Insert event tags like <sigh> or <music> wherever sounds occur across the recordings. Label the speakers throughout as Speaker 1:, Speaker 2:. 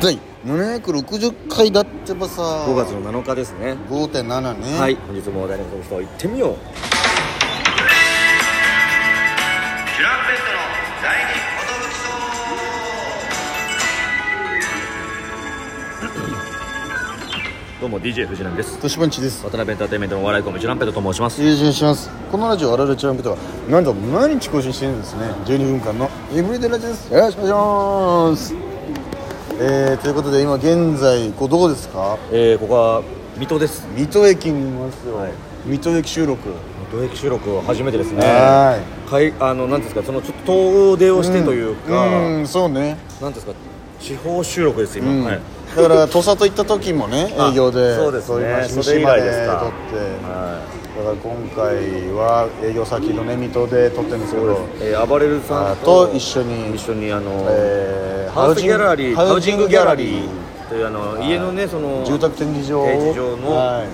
Speaker 1: 第760回だってばさ
Speaker 2: 5月の7日ですね
Speaker 1: 5.7ね
Speaker 2: はい本日もお題のことを言ってみよう
Speaker 3: トランペットの第二音吹きそう
Speaker 2: どうも DJ 藤波です
Speaker 1: トシパンチです
Speaker 2: 渡辺エンターテインメントのお笑いコンビチュランペットと申します
Speaker 1: 失礼しますこのラジオ「あられチュランペット」はなんと毎日更新してるんですね12分間のエブリデイラジオですよろしくお願いしますえー、ということで今現在こうどこですか
Speaker 2: えー、ここは水戸です
Speaker 1: 水戸駅にいますよ、
Speaker 2: はい
Speaker 1: 水戸駅収録
Speaker 2: 水戸駅収録は初めてですね
Speaker 1: は
Speaker 2: はいあのなんていうんですかそのちょっと遠出をしてというか、
Speaker 1: うんうんそうね
Speaker 2: なんていうんですか地方収録です今、
Speaker 1: うん
Speaker 2: はい
Speaker 1: だから土佐と行った時もね
Speaker 2: <laughs> あ
Speaker 1: 営業で
Speaker 2: そうですね
Speaker 1: 撮りました
Speaker 2: それ以来です
Speaker 1: 島根で
Speaker 2: か
Speaker 1: 撮って、
Speaker 2: は
Speaker 1: だから今回は営業先のね水戸で撮ってるんですけど
Speaker 2: いえー、暴れるさん
Speaker 1: あ
Speaker 2: と
Speaker 1: と一緒に
Speaker 2: 一緒にあの、
Speaker 1: えー
Speaker 2: ハウスギャラリー
Speaker 1: ハ
Speaker 2: ハ
Speaker 1: ウ
Speaker 2: ウジ
Speaker 1: ジン
Speaker 2: ン
Speaker 1: グ
Speaker 2: グ
Speaker 1: ギ
Speaker 2: ギ
Speaker 1: ャ
Speaker 2: ャ
Speaker 1: ラ
Speaker 2: ラ
Speaker 1: リ
Speaker 2: リ
Speaker 1: ー
Speaker 2: ーというあの家のねその
Speaker 1: 住宅展示場を
Speaker 2: 展示場の、
Speaker 1: はい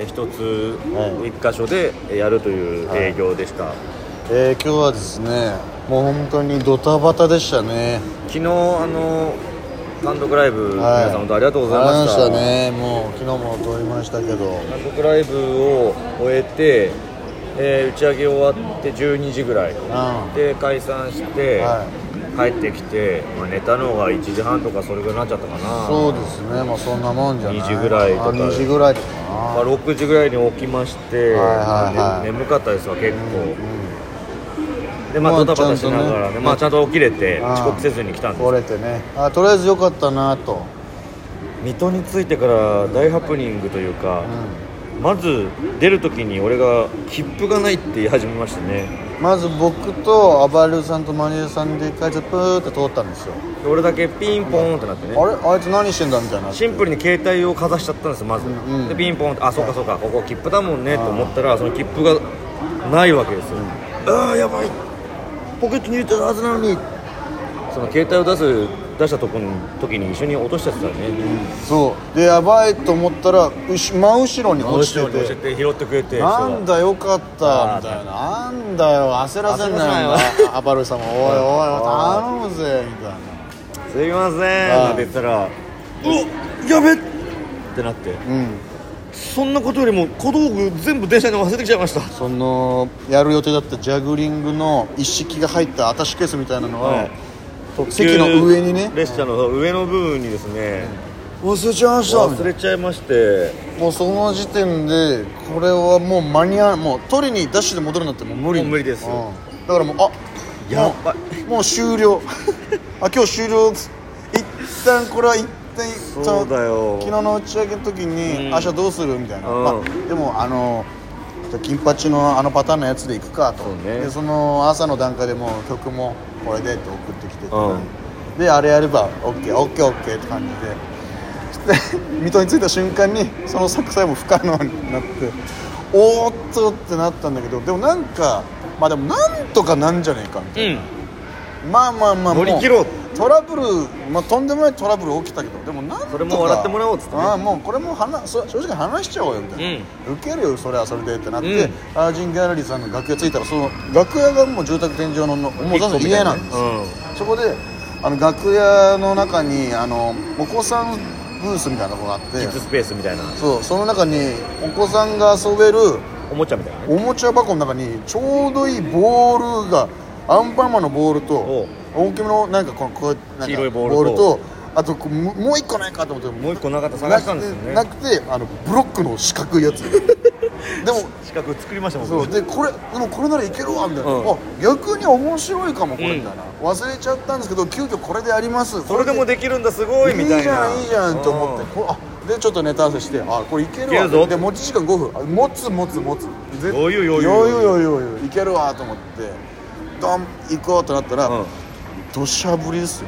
Speaker 2: えー一つ
Speaker 1: は
Speaker 2: 一箇所でえーやるという営業でした、
Speaker 1: えー今日はですねもう本当にドタバタでしたね
Speaker 2: 昨日あの単独ライブ、
Speaker 1: はい
Speaker 2: 皆さん本当ありがとうございまし
Speaker 1: あ
Speaker 2: た
Speaker 1: りがとうございましたねもう昨日も撮りましたけど
Speaker 2: 単独ライブを終えて、えー打ち上げ終わって12時ぐらい
Speaker 1: うん
Speaker 2: で解散して、
Speaker 1: は
Speaker 2: 帰ってきて、まあ、寝たのが1時半とかそれぐらいになっちゃったかな
Speaker 1: そうですねまあそんなもんじゃない
Speaker 2: 2時ぐらいとか
Speaker 1: あ2時ぐらいか
Speaker 2: まあ、6時ぐらいに起きまして、
Speaker 1: はいはいはい
Speaker 2: ね眠かったですわ結構、でま
Speaker 1: ま
Speaker 2: あ
Speaker 1: あ
Speaker 2: ドタバタしなが
Speaker 1: ちゃ
Speaker 2: ら
Speaker 1: んと
Speaker 2: ね
Speaker 1: ね
Speaker 2: まあ、ちゃんと起きれて
Speaker 1: うん
Speaker 2: 遅刻せずに来た
Speaker 1: なん
Speaker 2: です
Speaker 1: 来れてねあとりあえず良かったなと、
Speaker 2: 水戸に着いてから大ハプニングというか
Speaker 1: う、
Speaker 2: まず出る時に俺が切符がないって言い始めましてね
Speaker 1: んまず僕とアバルさんとマネージャーさんで一回ちょっとプーって通ったんですよ、
Speaker 2: で俺だけピンポーンってなってね
Speaker 1: あれあいつ何してんだみたいな
Speaker 2: シンプルに携帯をかざしちゃったんですよまず、
Speaker 1: んうん
Speaker 2: でピンポンってあそうかそうかここ切符だもんねと思ったらその切符がないわけですよ、ああやばいポケットに入れてるはずなのにその携帯を出す出したとこに時に一緒に落としちゃってたよね、
Speaker 1: そうでやばいと思ったらうし真後ろに落ち
Speaker 2: 落ち
Speaker 1: て
Speaker 2: て
Speaker 1: て
Speaker 2: て拾ってくれて
Speaker 1: なんだよかった
Speaker 2: あ
Speaker 1: み
Speaker 2: ー
Speaker 1: たいななんだよ焦らせんなよ
Speaker 2: 焦らせ
Speaker 1: なアバルさんも
Speaker 2: <laughs>
Speaker 1: おいおいおい頼むぜみたい
Speaker 2: すいません
Speaker 1: あ
Speaker 2: なんて言ったら「うわやべっ!」ってなって
Speaker 1: なうん
Speaker 2: そんなことよりも小道具全部電車に忘れてきちゃいました
Speaker 1: そのやる予定だったジャグリングの一式が入ったアタッシュケースみたいなの
Speaker 2: は
Speaker 1: はい席の上にね
Speaker 2: 列車の上の部分にですね
Speaker 1: 忘れちゃいましたみたい
Speaker 2: 忘
Speaker 1: な
Speaker 2: れちゃいまして
Speaker 1: もうその時点でこれはもう間に合わないもう取りにダッシュで戻るなんてもう無理
Speaker 2: もう無理です
Speaker 1: うんだからもうあ
Speaker 2: やばい
Speaker 1: もうもう終了 <laughs> あ今日終了一旦これは一旦一旦
Speaker 2: そうだよ
Speaker 1: 昨日の打ち上げの時に、
Speaker 2: うん
Speaker 1: 明日どうするみたいな、
Speaker 2: うん
Speaker 1: まあ、でもあの金八のあのパターンのやつで行くかと
Speaker 2: そうね
Speaker 1: でその朝の段階でもう曲もこれでって送ってきてて、
Speaker 2: うん
Speaker 1: であれやれば OKOKOK って感じでそして <laughs> 水戸に着いた瞬間にその作戦も不可能になっておーっとってなったんだけどでもなんかまあでもなんとかなんじゃねえかみたい
Speaker 2: うん
Speaker 1: なまあまあまあもう
Speaker 2: 乗り切ろう
Speaker 1: トラブル、まあ、とんでもないトラブル起きたけどでもなんとか
Speaker 2: それも笑ってもらおうっつってね
Speaker 1: ああもうこれもう話そ正直話しちゃおうよみたいな、受けるよそれはそれでってなって、
Speaker 2: うん
Speaker 1: アージンギャラリーさんの楽屋着いたらその楽屋がもう住宅天井ののもう
Speaker 2: 一個みたい
Speaker 1: 家
Speaker 2: な
Speaker 1: な
Speaker 2: ね
Speaker 1: んですよ、そこであの楽屋の中にあのお子さんブースみたいなとこがあって
Speaker 2: キッズスペースみたいな
Speaker 1: そうその中にお子さんが遊べる
Speaker 2: おもちゃみたいなね
Speaker 1: おもちゃ箱の中にちょうどいいボールがアンパンマンのボールと大きめのなんかこのこうなんか
Speaker 2: 黄色いボールと
Speaker 1: あとこうももう一個ないかと思って
Speaker 2: もう一個なかった探したんですよ
Speaker 1: な
Speaker 2: ね
Speaker 1: くてなくてあのブロックの四角いやつでも
Speaker 2: 四角作りましたもん
Speaker 1: そう
Speaker 2: 僕
Speaker 1: でこれでもこれならいけるわみたいな、
Speaker 2: うん
Speaker 1: あ逆に面白いかもこれ
Speaker 2: うん
Speaker 1: みたいな、忘れちゃったんですけど急遽これでやります
Speaker 2: それでもできるんだすごいみた
Speaker 1: い
Speaker 2: いない
Speaker 1: じゃんいいじゃんと思って
Speaker 2: うん
Speaker 1: こあでちょっとネタ合わせしてあこれいける
Speaker 2: いけ
Speaker 1: わ
Speaker 2: るぞ
Speaker 1: で持ち時間5分あ持つ持つ持つ絶
Speaker 2: 余裕余裕
Speaker 1: 余裕余裕余裕いけるわと思ってドン行こうとなったら、
Speaker 2: うん
Speaker 1: 土砂降りですよ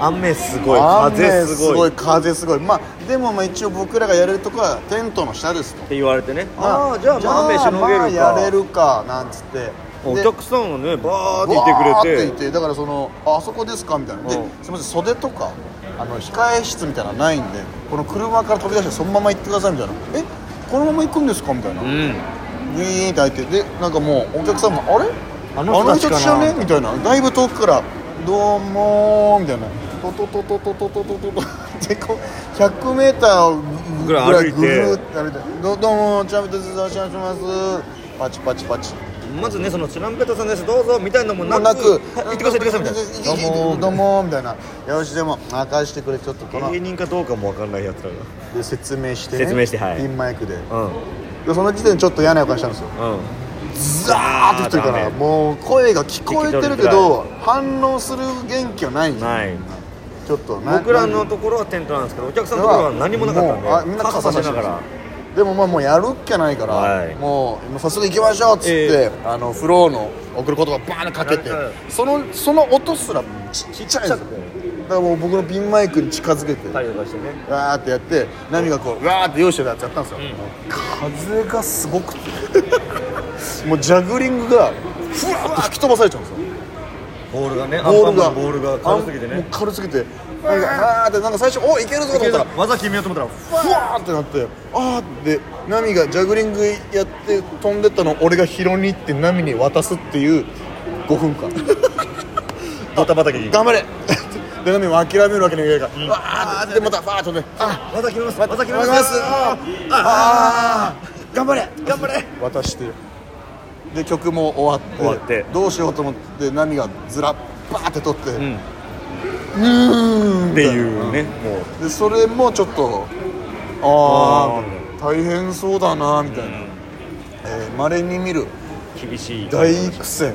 Speaker 2: 雨すごい
Speaker 1: 雨
Speaker 2: 風す
Speaker 1: す
Speaker 2: ご
Speaker 1: ご
Speaker 2: い
Speaker 1: い
Speaker 2: っ
Speaker 1: 風すごいまあでもまあ一応僕らがやれるとこはテントの下ですと
Speaker 2: て言われてね
Speaker 1: ま
Speaker 2: ああじゃあまあ雨しのげ
Speaker 1: まあ
Speaker 2: るか
Speaker 1: やれるかなんつって
Speaker 2: お
Speaker 1: で
Speaker 2: 客さんがねバーって
Speaker 1: わー
Speaker 2: い
Speaker 1: っててい
Speaker 2: くれて
Speaker 1: てだからそのああそこですかみたいなで
Speaker 2: うん
Speaker 1: すみません袖とかあの控え室みたいなのないんでこの車から飛び出してそのまま行ってくださいみたいなえこのまま行くんですかみたいなウィ
Speaker 2: うん
Speaker 1: ーンって開いてでなんかもうお客さんもあれ
Speaker 2: あの人たちかな
Speaker 1: あの人知らねみたいなだいぶ遠くからどうもーみたいなトトトトトトトトトトでこう 100m ぐ
Speaker 2: ぐらい歩いて
Speaker 1: ぐるって歩いてどどうもチャンピオンですお邪魔しますパチパチパチ
Speaker 2: まずねそのチュランペットさんですどうぞみたいなのもな
Speaker 1: もうな
Speaker 2: く
Speaker 1: く
Speaker 2: はい行ってください行ってくださいみたいなどうも
Speaker 1: どうもみたいなよしでも任してくれちょっとこの
Speaker 2: 芸人かどうかもわかんないやつらが
Speaker 1: で説明して、ね、
Speaker 2: 説明してはい
Speaker 1: ピンマイクで
Speaker 2: うん
Speaker 1: でその時点でちょっと嫌な予感したんですよ
Speaker 2: うん
Speaker 1: ザーって来てるか
Speaker 2: あー
Speaker 1: ら
Speaker 2: ダメ
Speaker 1: もう声が聞こえてるけど反応する元気はないんですよ
Speaker 2: ない
Speaker 1: ちょっとな
Speaker 2: 僕らのところはテントなんですけどお客さんのところは何もなかったんで
Speaker 1: もうあみんな
Speaker 2: 傘
Speaker 1: 傘
Speaker 2: さ
Speaker 1: 差
Speaker 2: し
Speaker 1: し
Speaker 2: な
Speaker 1: な
Speaker 2: が
Speaker 1: が
Speaker 2: ら
Speaker 1: らでもまあもうやるっきゃないから、
Speaker 2: はい
Speaker 1: もうもう早速行きましょうっつって、
Speaker 2: え
Speaker 1: あのフローの送る言葉バーンかけて
Speaker 2: はいはい
Speaker 1: そのその音すらちちっちゃいんですよだからもう僕のピンマイクに近づけて、
Speaker 2: たりとかしてね
Speaker 1: わーってやって波がこうわーって用意してたやつやったんですよ、風がすごくて <laughs> もうジャグリングがふわーっと吹き飛ばされちゃうんですよ
Speaker 2: ボールがね
Speaker 1: ボール
Speaker 2: ア
Speaker 1: が
Speaker 2: ンパンマンのボールが軽すぎ
Speaker 1: あ
Speaker 2: て
Speaker 1: んもう
Speaker 2: ね
Speaker 1: 軽すぎてなんかあーってなんか最初おいけるぞと思ったら
Speaker 2: 技決めようと思っ
Speaker 1: ふわーってなってあーってナミがジャグリングやって飛んでったのを俺が拾いに行ってナミに渡すっていう5分間
Speaker 2: たらドタバタに
Speaker 1: 頑張れ <laughs> でナミも諦めるわけにはいかないから、わーってでまたファーッとねあ
Speaker 2: 技決めます技決めます
Speaker 1: あ
Speaker 2: ああ頑張れ頑張れ
Speaker 1: 渡してで曲も終わって
Speaker 2: 終わって
Speaker 1: どうしようと思ってナミがずらっバーって取って、
Speaker 2: ん
Speaker 1: うーん
Speaker 2: っていうねもう
Speaker 1: でそれもちょっとああ大変そうだなみたいなまれ、稀に見る
Speaker 2: 厳しい
Speaker 1: 大苦戦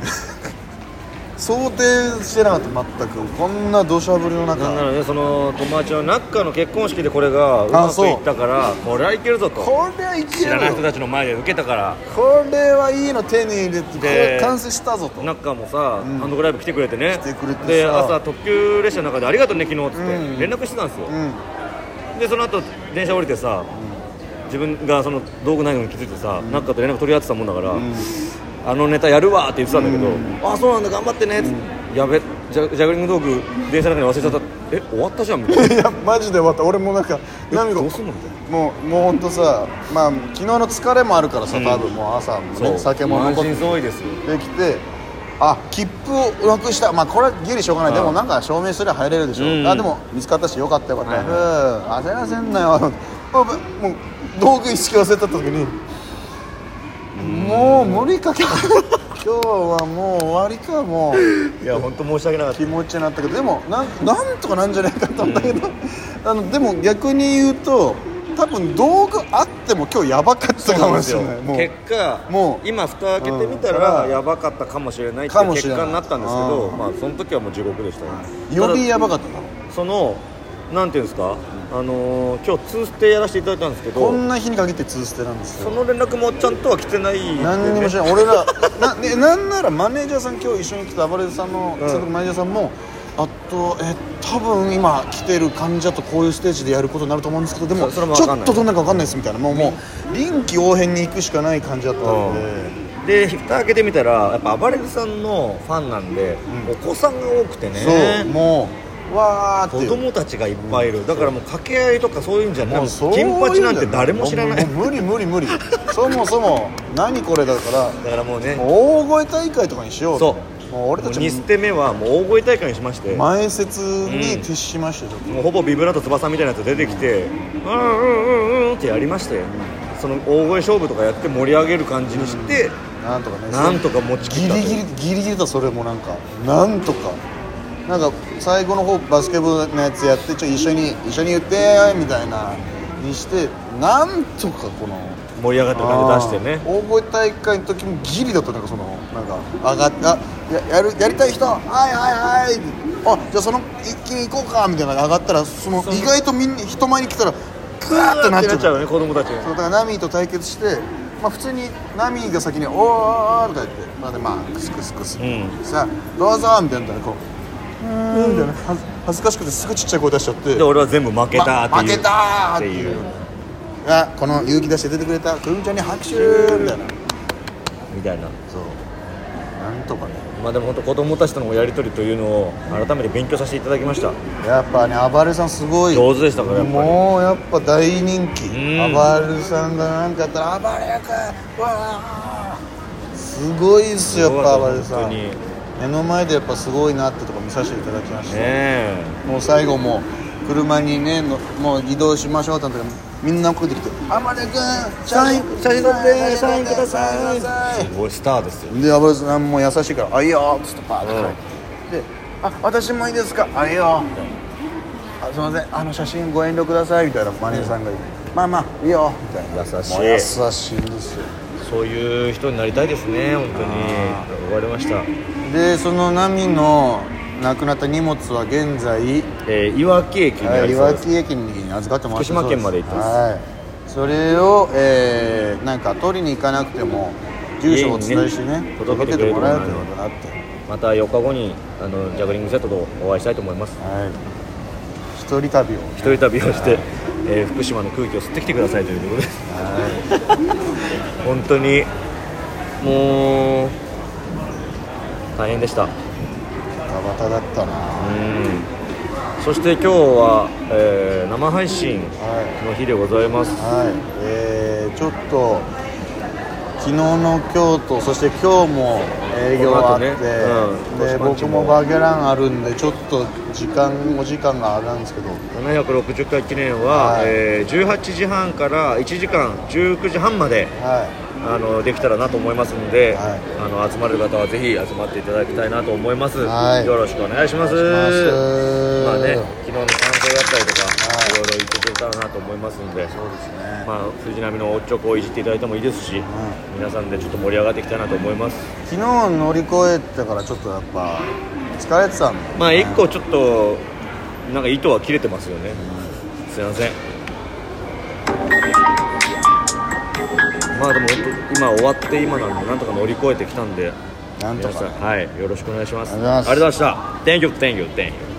Speaker 1: 想定してなかった全くこんな土砂降りの
Speaker 2: なんな
Speaker 1: 中
Speaker 2: らねその友達のナッカの結婚式でこれがうまくいったからこれはいけるぞと
Speaker 1: これはいけ
Speaker 2: 知らない
Speaker 1: る
Speaker 2: 人
Speaker 1: よ
Speaker 2: たちの前で受けたから
Speaker 1: これはいいの手に入れてこれ完成したぞと
Speaker 2: ナッカもさ単独ライブ来てくれてね
Speaker 1: 来てくれてさ
Speaker 2: で朝特急列車の中で「ありがとうね昨日」っつって
Speaker 1: うん
Speaker 2: 連絡してたんですよ
Speaker 1: うん
Speaker 2: でその後電車降りてさ自分がその道具ないのに気づいてさナッカと連絡取り合ってたもんだから「あのネタやるわ」って言ってたんだけど「あそうなんだ頑張ってね」っつってやべジャジャグリング道具電車の中に忘れちゃったえ終わったじゃん」
Speaker 1: <laughs>
Speaker 2: みたいな
Speaker 1: いやマジで終わった俺もなんか
Speaker 2: え
Speaker 1: 涙が
Speaker 2: どうすんのみたいな
Speaker 1: もうもうほんとさまあ昨日の疲れもあるからさ多分もう朝も
Speaker 2: そう
Speaker 1: ね酒も残って
Speaker 2: 満身創痍ですよ
Speaker 1: できてあ切符をなくしたまあこれはギリしょうがないでもなんか証明すれば入れるでしょ、
Speaker 2: うん
Speaker 1: あでも見つかったしよかったよかった、
Speaker 2: はい
Speaker 1: うん焦らせんなよあぶもう道具一式忘れた時にもう無理かけ今
Speaker 2: <laughs>
Speaker 1: 日はもう終わりかもう
Speaker 2: いや本当申し訳なかった
Speaker 1: 気持ちになったけどでもなんなんとかなんじゃないかと思ったけど、あのでも逆に言うと多分道具あっても今日やばかったかもしれないもう
Speaker 2: 結果
Speaker 1: もう
Speaker 2: 今蓋開けてみた
Speaker 1: うんだからら
Speaker 2: やばかったかもしれないって
Speaker 1: かもし
Speaker 2: 結
Speaker 1: れない
Speaker 2: 果になったんですけど
Speaker 1: う
Speaker 2: まあその時はもう地獄でしたね
Speaker 1: より
Speaker 2: た
Speaker 1: やばかったな
Speaker 2: だそのなんていうんですかあのー今日2ステやらせていただいたんですけ
Speaker 1: こ
Speaker 2: ど
Speaker 1: んな日に限って通捨てなんです
Speaker 2: そ
Speaker 1: よ
Speaker 2: の連絡もちゃんとは来てない
Speaker 1: 何にもしない俺ら <laughs> な,、ね、なんならマネージャーさん今日一緒に来た暴れさんの、
Speaker 2: うん
Speaker 1: 所属マネージャーさんもあとえ多分今来てる患者とこういうステージでやることになると思うんですけどでも
Speaker 2: そそれもわ
Speaker 1: ち
Speaker 2: かんな
Speaker 1: ょ
Speaker 2: い
Speaker 1: っとどんなか分かんないですみたいなもうもう臨機応変に行くしかない感じだったので、
Speaker 2: で蓋開けてみたらやっぱ暴れるさんのファンなんでお子さんが多くて
Speaker 1: そう
Speaker 2: ね
Speaker 1: もうわーっ
Speaker 2: 子
Speaker 1: て
Speaker 2: 供たちがいっぱいいるだからもう掛け合いとかそういうんじゃな
Speaker 1: も
Speaker 2: いう
Speaker 1: そうい
Speaker 2: 金
Speaker 1: うん
Speaker 2: 八
Speaker 1: じゃ
Speaker 2: なんて誰も知らない
Speaker 1: もうもう無理無理無理そもそも何これだから
Speaker 2: だからもうね
Speaker 1: もう大声大会とかにしようと
Speaker 2: そう
Speaker 1: もう俺た
Speaker 2: もう
Speaker 1: ち
Speaker 2: 2捨て目はもう大声大会にしまして、
Speaker 1: 前説に徹しましたよちょっと
Speaker 2: もうほぼビブラート翼みたいなやつ出てきてうんうんうんうんってやりましてその大声勝負とかやって盛り上げる感じにして、
Speaker 1: なんとかね
Speaker 2: なんとか持ちき
Speaker 1: ギ
Speaker 2: ったと
Speaker 1: リギリギリギリだそれもなんかなんとかなんか最後の方バスケ部のやつやってちょ一緒に一緒に言ってみたいなにしてなんとかこの
Speaker 2: 盛り上がってる感じ出してね
Speaker 1: あー大声大会の時もギリだとなんかそのなんか上がったややるやりたい人はいはいはいあじゃあその一気に行こうかみたいなのが上がったらその
Speaker 2: そう
Speaker 1: 意外とみんな人前に来たらグワーってなっちゃう
Speaker 2: うよね子供たち
Speaker 1: そうだからナミーと対決して、まあ、普通にナミーが先に「おーおーおー」とか言って、まあ、でまあクスクスクス、
Speaker 2: う
Speaker 1: さあどうぞーみたいなのこう「うーん」みたいなはず恥ずかしくてすぐちっちゃい声出しちゃって
Speaker 2: で俺は全部負けたーっていう、
Speaker 1: ま負けたーって
Speaker 2: ってい
Speaker 1: いううあこの勇気出して出てくれたくるみちゃんに拍手みたいな
Speaker 2: みたいな
Speaker 1: そうなんとかね
Speaker 2: まあでも本当子供たちとのやり取りというのを改めて勉強させていただきました
Speaker 1: やっぱね暴れさんすごい
Speaker 2: 上手でしたからやっぱり
Speaker 1: もうやっぱ大人気
Speaker 2: ん
Speaker 1: 暴れさんがなんかやったら「暴れくん!」わーすごいっすよやっぱ暴れさ
Speaker 2: 本
Speaker 1: ん
Speaker 2: 当に
Speaker 1: 目の前でやっぱすごいなってとこ見させていただきました、
Speaker 2: え
Speaker 1: もう最後もう車にねのもう移動しましょうってなった時みんな送ってきて「天野君サイン
Speaker 2: 写真撮ってサインくだ
Speaker 1: サ
Speaker 2: さ
Speaker 1: イ
Speaker 2: い
Speaker 1: ンください
Speaker 2: すごいスターですよ
Speaker 1: で安倍さんも優しいから「あいいよ」っつってパーって書いて、で「あ私もいいですかあいいよ」みたいなあ「すいませんあの写真ご遠慮ください」みたいなマネージャーさんが言って「まあまあいいよ」みたいな
Speaker 2: 優しい
Speaker 1: もう優しいんですよ
Speaker 2: そういう人になりたいですね本当に終わりました
Speaker 1: でその波の亡くなった荷物は現在
Speaker 2: えー、いわき駅にあ
Speaker 1: はい
Speaker 2: り
Speaker 1: い
Speaker 2: そう
Speaker 1: わ
Speaker 2: です
Speaker 1: き駅に預かってもらってそう
Speaker 2: 福島県まで行ってます
Speaker 1: はい、それを、えーなんか取りに行かなくても住所をお伝えしてね
Speaker 2: 家にね
Speaker 1: 届けてもらえるということになって
Speaker 2: また4日後にあのジャグリングセットとお会いしたいと思います
Speaker 1: はい一人旅を
Speaker 2: 一人旅をして、えー福島の空気を吸ってきてくださいということです <laughs> 本当にもう大変でした
Speaker 1: バタバタだったな
Speaker 2: そして今日は、えー生配信
Speaker 1: は
Speaker 2: の日でございます
Speaker 1: い、はいえーちょっと昨日の京都そして今日も営業あって、
Speaker 2: この後ねうん
Speaker 1: で
Speaker 2: 豊島地
Speaker 1: 僕
Speaker 2: も
Speaker 1: もバゲランあるんでちょっと時間お時間があれなんですけど
Speaker 2: 760回記念は、
Speaker 1: はい
Speaker 2: えー18時半から1時間19時半まで
Speaker 1: は
Speaker 2: あのできたらなと思いますので、
Speaker 1: はい
Speaker 2: あの集まれる方はぜひ集まっていただきたいなと思います、
Speaker 1: はい
Speaker 2: よろしくお願いします
Speaker 1: お願いします
Speaker 2: まあね昨日の感想だったりとか、
Speaker 1: はい
Speaker 2: い、ろいろ言ってくれたらなと思いますので
Speaker 1: いそうですね、
Speaker 2: まあ藤波のおっちょこをいじっていただいてもいいですし、
Speaker 1: ん
Speaker 2: 皆さんでちょっと盛り上がっていきたいなと思います
Speaker 1: 昨日乗り越えてからちょっとやっぱ疲れてたんで
Speaker 2: まあ一個ちょっとなんか糸は切れてますよね、すいませんまあでも本当今終わって今なんでなんとか乗り越えてきたんで
Speaker 1: なんとか
Speaker 2: 皆さんはいよろしくお願いします
Speaker 1: ありがとうございます
Speaker 2: ありがとうございました Thank you, thank you, thank you